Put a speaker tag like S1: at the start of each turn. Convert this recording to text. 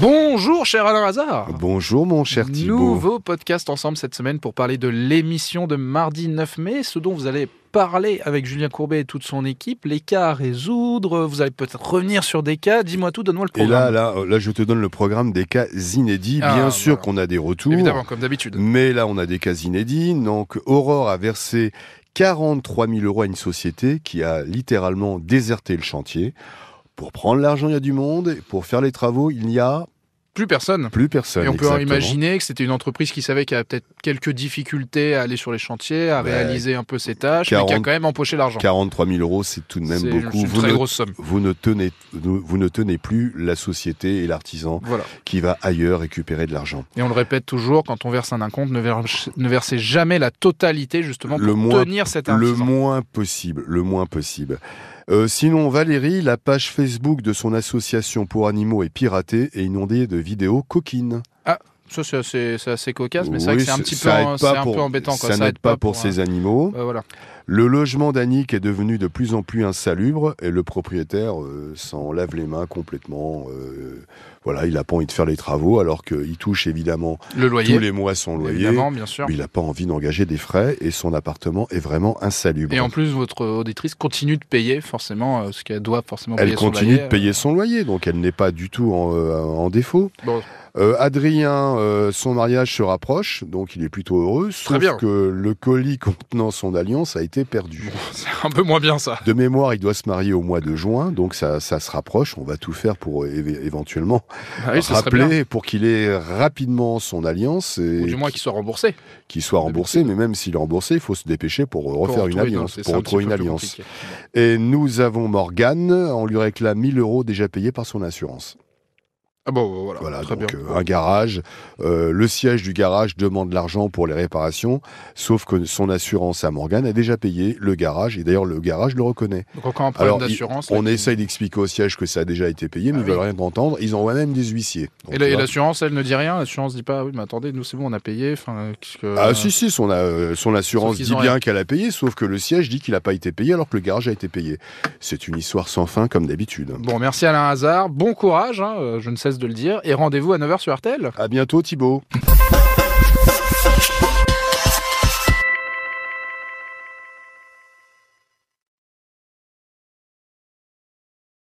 S1: Bonjour cher Alain Hazard
S2: Ah, Bonjour mon cher Thibault.
S1: Nouveau podcast ensemble cette semaine pour parler de l'émission de mardi 9 mai, ce dont vous allez parler avec Julien Courbet et toute son équipe, les cas à résoudre, vous allez peut-être revenir sur des cas, dis-moi tout, donne-moi le
S2: Et
S1: programme.
S2: là, là, oh, là, je te donne le programme des cas inédits.
S1: Ah,
S2: Bien sûr
S1: voilà.
S2: qu'on a des retours.
S1: Évidemment, comme d'habitude.
S2: Mais là, on a des cas inédits. Donc, Aurore a versé 43 000 euros à une société qui a littéralement déserté le chantier. Pour prendre l'argent, il y a du monde. Et pour faire les travaux, il n'y a
S1: Plus personne.
S2: plus personne.
S1: Et on peut
S2: exactement.
S1: imaginer que c'était une entreprise qui savait qu'elle avait peut-être quelques difficultés à aller sur les chantiers, à
S2: Ouais.
S1: réaliser un peu ses tâches, mais qui a
S2: 40
S1: quand même empoché l'argent.
S2: 43 000 euros, c'est tout de même
S1: C'est une
S2: beaucoup. Vous
S1: très
S2: ne,
S1: grosse somme.
S2: vous ne tenez, vous ne tenez plus la société et l'artisan
S1: Voilà.
S2: qui va ailleurs récupérer de l'argent.
S1: Et on le répète toujours, quand on verse un acompte, ne, verse- ne versez jamais la totalité justement pour
S2: Le moins-
S1: tenir cet
S2: Le
S1: artisan.
S2: moins possible, le moins possible. Euh, sinon, Valérie, la page Facebook de son association pour animaux est piratée et inondée de vidéos coquines.
S1: Ça, c'est assez, c'est assez cocasse, mais c'est vrai
S2: Oui,
S1: que c'est un
S2: ça-
S1: petit peu,
S2: ça
S1: en-
S2: aide
S1: c'est
S2: pas
S1: un
S2: pour-
S1: peu embêtant. Quoi.
S2: Ça, n'aide pas pour
S1: un-
S2: ces animaux.
S1: Ouais, voilà.
S2: Le logement d'Annick est devenu de plus en plus insalubre et le propriétaire euh, s'en lave les mains complètement. euh, voilà, il n'a pas envie de faire les travaux alors qu'il touche évidemment
S1: Le loyer,
S2: tous les mois son loyer.
S1: évidemment, bien sûr.
S2: Mais il n'a pas envie d'engager des frais et son appartement est vraiment insalubre.
S1: Et en plus, votre auditrice continue de payer forcément euh, ce qu'elle doit forcément
S2: Elle
S1: payer son
S2: continue
S1: loyer. euh,
S2: de payer son loyer, donc elle n'est pas du tout en, euh, en défaut.
S1: Bon.
S2: Euh, Adrien, euh, son mariage se rapproche, donc il est plutôt heureux, sauf
S1: bien.
S2: que le colis contenant son alliance a été perdu.
S1: C'est un peu moins bien ça.
S2: De mémoire, il doit se marier au mois de juin, donc ça, ça se rapproche. On va tout faire pour éve- éventuellement
S1: Ah oui, ça serait bien.
S2: rappeler pour qu'il ait rapidement son alliance
S1: Ou
S2: et
S1: du moins qu'il soit remboursé.
S2: qu'il soit remboursé. Mais même s'il est remboursé, il faut se dépêcher pour euh,
S1: Pour
S2: refaire une
S1: retrouver-
S2: alliance,
S1: non, c'est
S2: pour
S1: un
S2: retrouver
S1: petit
S2: une
S1: peu plus
S2: alliance.
S1: compliqué.
S2: Et nous avons Morgane, on lui réclame 1000 euros déjà payés par son assurance.
S1: Ah bon, voilà,
S2: Voilà,
S1: très
S2: donc
S1: bien.
S2: euh, un garage. euh, le siège du garage demande l'argent pour les réparations, sauf que son assurance à Morgane a déjà payé le garage, et d'ailleurs le garage le reconnaît.
S1: Donc encore un problème
S2: Alors, il-
S1: d'assurance. là,
S2: On
S1: qui-
S2: essaye d'expliquer au siège que ça a déjà été payé, mais
S1: Ah
S2: ils veulent
S1: oui.
S2: rien entendre. Ils envoient même des huissiers. Donc,
S1: Et la-
S2: tu
S1: et
S2: vois.
S1: l'assurance, elle ne dit rien. L'assurance dit pas, oui, mais attendez, nous c'est bon, on a payé. Enfin, qu'est-ce que-
S2: Ah si, si, son, euh, son assurance
S1: Sauf qu'ils
S2: dit
S1: ont
S2: bien qu'elle a payé, sauf que le siège dit qu'il n'a pas été payé alors que le garage a été payé. C'est une histoire sans fin comme d'habitude.
S1: Bon, merci Alain Hazard. Bon courage, hein, euh, je ne cesse de le dire. Et rendez-vous à 9h sur RTL.
S2: À bientôt Thibaut.